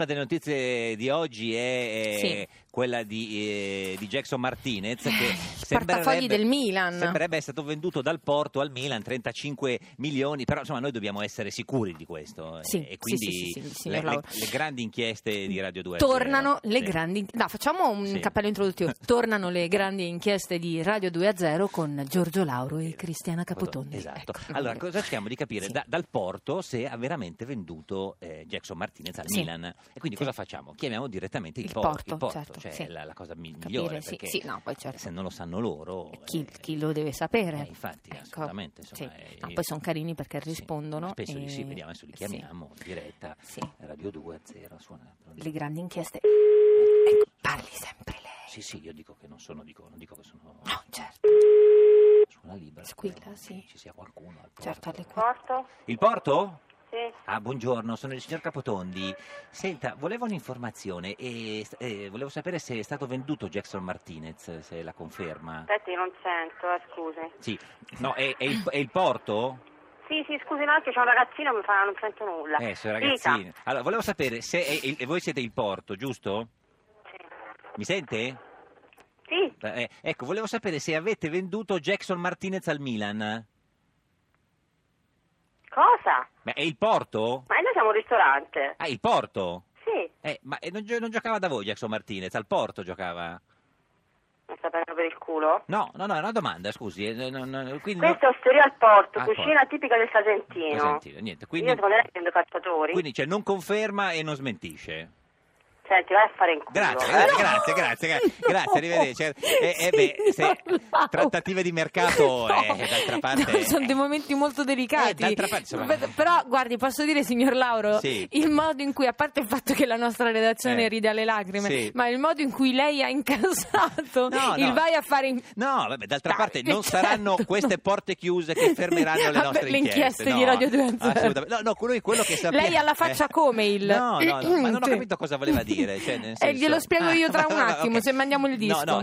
Una delle notizie di oggi è eh, Sì. quella di, eh, di Jackson Martinez che Portafogli del Milan. sembrerebbe stato venduto dal Porto al Milan 35 milioni, però insomma noi dobbiamo essere sicuri di questo eh, Sì, e quindi sì, sì, sì, sì, signor le, le- Lauro. le grandi inchieste di Radio 2 Tornano le Sì. grandi. No, facciamo un Sì. cappello introduttivo. Tornano le grandi inchieste di Radio 2 a 0 con Giorgio Lauro e Cristiana Capotondi. Eh, Esatto. Ecco. Allora, cosa cerchiamo di capire Sì. da- dal Porto se ha veramente venduto eh, Jackson Martinez al Sì. Milan? E quindi cosa facciamo? Chiamiamo direttamente il, Il Por- Porto, il Porto, certo, cioè sì. la, la cosa mi- Capire, migliore. sì, perché sì, no, poi certo. Se non lo sanno loro. Chi, eh, chi lo deve sapere? eh, infatti, Ecco, assolutamente. insomma, sì. eh, No, poi sono carini perché sì, rispondono Spesso di e- sì, vediamo adesso li sì. chiamiamo in diretta. Sì. Radio 2 a 0 suona. diciamo- Le grandi inchieste. Ecco, parli sempre lei. Sì, sì, io dico che non sono, dico, non dico che sono No, certo, suona libera. Squilla, speriamo che sì. Ci sia qualcuno al certo, Porto. alle quattro. Porto? Il Porto? Sì. Ah, buongiorno, sono il signor Capotondi. Senta, volevo un'informazione e eh, volevo sapere se è stato venduto Jackson Martinez, se la conferma. Aspetti, non sento, eh, scusi. Sì, no, è, è il, è il porto? Sì, sì, scusi, no, anche c'è un ragazzino mi fa, non sento nulla. Eh, sono Dica. ragazzini. Allora, volevo sapere se è il- e voi siete il porto, giusto? Mi sente? Sì, Eh, ecco, volevo sapere se avete venduto Jackson Martinez al Milan. cosa? Ma è il porto? Ma noi siamo un ristorante. Ah, il porto? Sì, Eh, ma eh, non, gio- non giocava da voi Jackson Martinez, al porto giocava? non sta prendendo per il culo. No, no, no, è una domanda, scusi. eh, no, no, quindi non- Questo è osteria al porto, Al cucina tipica del Non Salentino. sentire, niente. Quindi, Io secondo lei prendo cacciatori. quindi, cioè, non conferma e non smentisce. Senti, vai a fare in culo. Grazie, eh. grazie, grazie, grazie, grazie, No. grazie, arrivederci. Eh, eh, beh, se- Signor Lauro. trattative di mercato, eh, d'altra parte- no, sono dei momenti molto delicati. Eh, d'altra parte, insomma- Beh, Però, guardi, posso dire, signor Lauro, Sì. il modo in cui, a parte il fatto che la nostra redazione Eh, ride alle lacrime, sì. ma il modo in cui lei ha incassato No, il no. vai a fare in- No, vabbè, d'altra Dai, parte non certo. saranno queste porte chiuse che fermeranno le Vabbè, nostre le inchieste. inchieste no, di Radio 2 a zero. assolutamente. No, no, quello, quello che sapeva. Lei alla faccia come il- No, no, no, ma non ho Sì. capito cosa voleva dire. cioè, nel Eh, senso- glielo spiego io tra un ok. attimo, se mandiamo il disco. No, no,